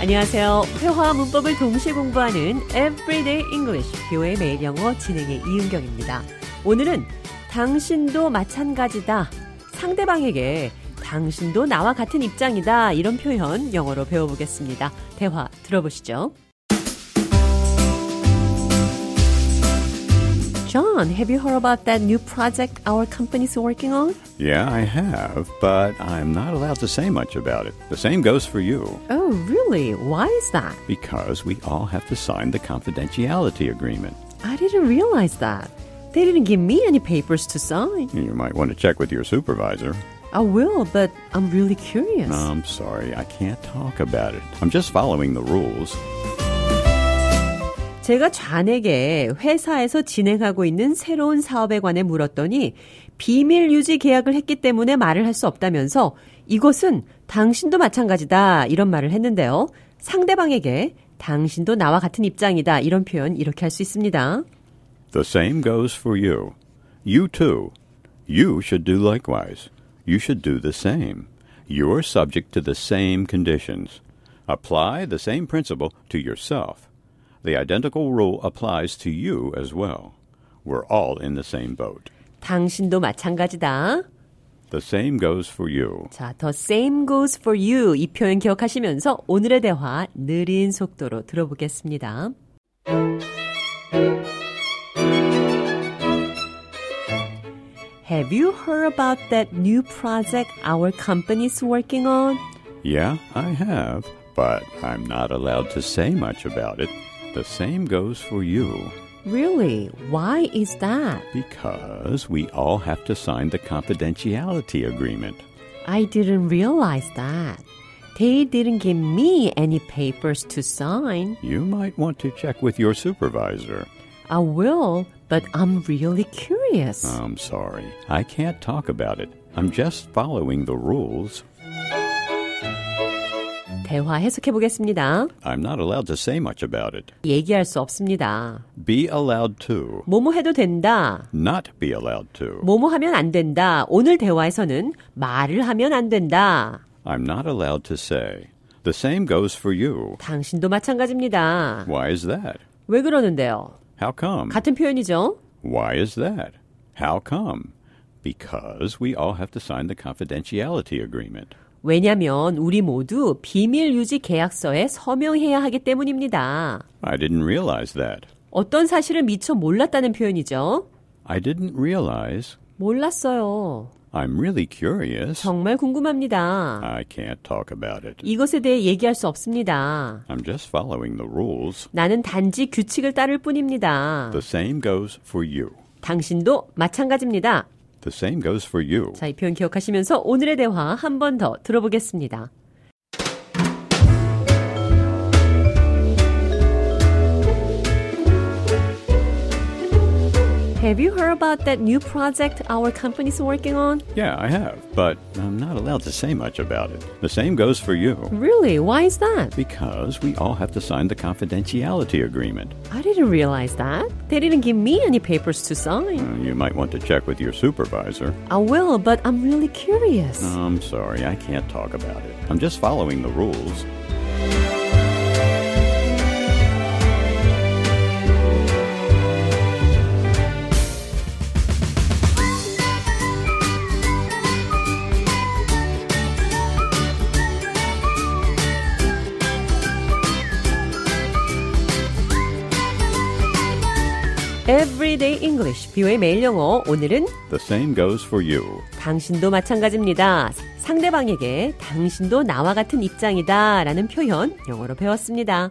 안녕하세요. 회화와 문법을 동시에 공부하는 Everyday English, 뷰의 매일 영어 진행의 이은경입니다. 오늘은 당신도 마찬가지다. 상대방에게 당신도 나와 같은 입장이다. 이런 표현 영어로 배워보겠습니다. 대화 들어보시죠. John, have you heard about that new project our company's working on? Yeah, I have, but I'm not allowed to say much about it. The same goes for you, Oh, really? Why is that? because we all have to sign the confidentiality agreement. I didn't realize that. They didn't give me any papers to sign. You might want to check with your supervisor. I will, but I'm really curious. I'm sorry, I can't talk about it. I'm just following the rules. 제가 잔에게 회사에서 진행하고 있는 새로운 사업에 관해 물었더니 비밀 유지 계약을 했기 때문에 말을 할 수 없다면서 이것은 당신도 마찬가지다 이런 말을 했는데요. 상대방에게 당신도 나와 같은 입장이다 이런 표현 이렇게 할 수 있습니다. The same goes for you. You too. You should do likewise. You should do the same. You're subject to the same conditions. Apply the same principle to yourself. The identical rule applies to you as well. We're all in the same boat. 당신도 마찬가지다. The same goes for you. 자, the same goes for you 이 표현 기억하시면서 오늘의 대화 느린 속도로 들어보겠습니다. Have you heard about that new project our company's working on? Yeah, I have, but I'm not allowed to say much about it. The same goes for you. Really? Why is that? Because we all have to sign the confidentiality agreement. I didn't realize that. They didn't give me any papers to sign. You might want to check with your supervisor. I will, but I'm really curious. I'm sorry, I can't talk about it. I'm just following the rules. 대화 해석해 보겠습니다. I'm not allowed to say much about it. 얘기할 수 없습니다. Be allowed to. 뭐뭐 해도 된다. Not be allowed to. 뭐뭐 하면 안 된다. 오늘 대화에서는 말을 하면 안 된다. I'm not allowed to say. The same goes for you. 당신도 마찬가지입니다. Why is that? 왜 그러는데요? How come? 같은 표현이죠? Why is that? How come? Because we all have to sign the confidentiality agreement. 왜냐면 우리 모두 비밀 유지 계약서에 서명해야 하기 때문입니다. I didn't realize that. 어떤 사실을 미처 몰랐다는 표현이죠? I didn't realize. 몰랐어요. I'm really curious. 정말 궁금합니다. I can't talk about it. 이것에 대해 얘기할 수 없습니다. I'm just following the rules. 나는 단지 규칙을 따를 뿐입니다. The same goes for you. 당신도 마찬가지입니다. The same goes for you. 자, 이 표현 기억하시면서 오늘의 대화 한 번 더 들어보겠습니다. Have you heard about that new project our company's working on? Yeah, I have, but I'm not allowed to say much about it. The same goes for you. Really? Why is that? Because we all have to sign the confidentiality agreement. I didn't realize that. They didn't give me any papers to sign. Uh, You might want to check with your supervisor. I will, but I'm really curious. I'm sorry, I can't talk about it. I'm just following the rules. Everyday English, 비오의 매일 영어. 오늘은 The same goes for you. 당신도 마찬가지입니다. 상대방에게 당신도 나와 같은 입장이다 라는 표현 영어로 배웠습니다.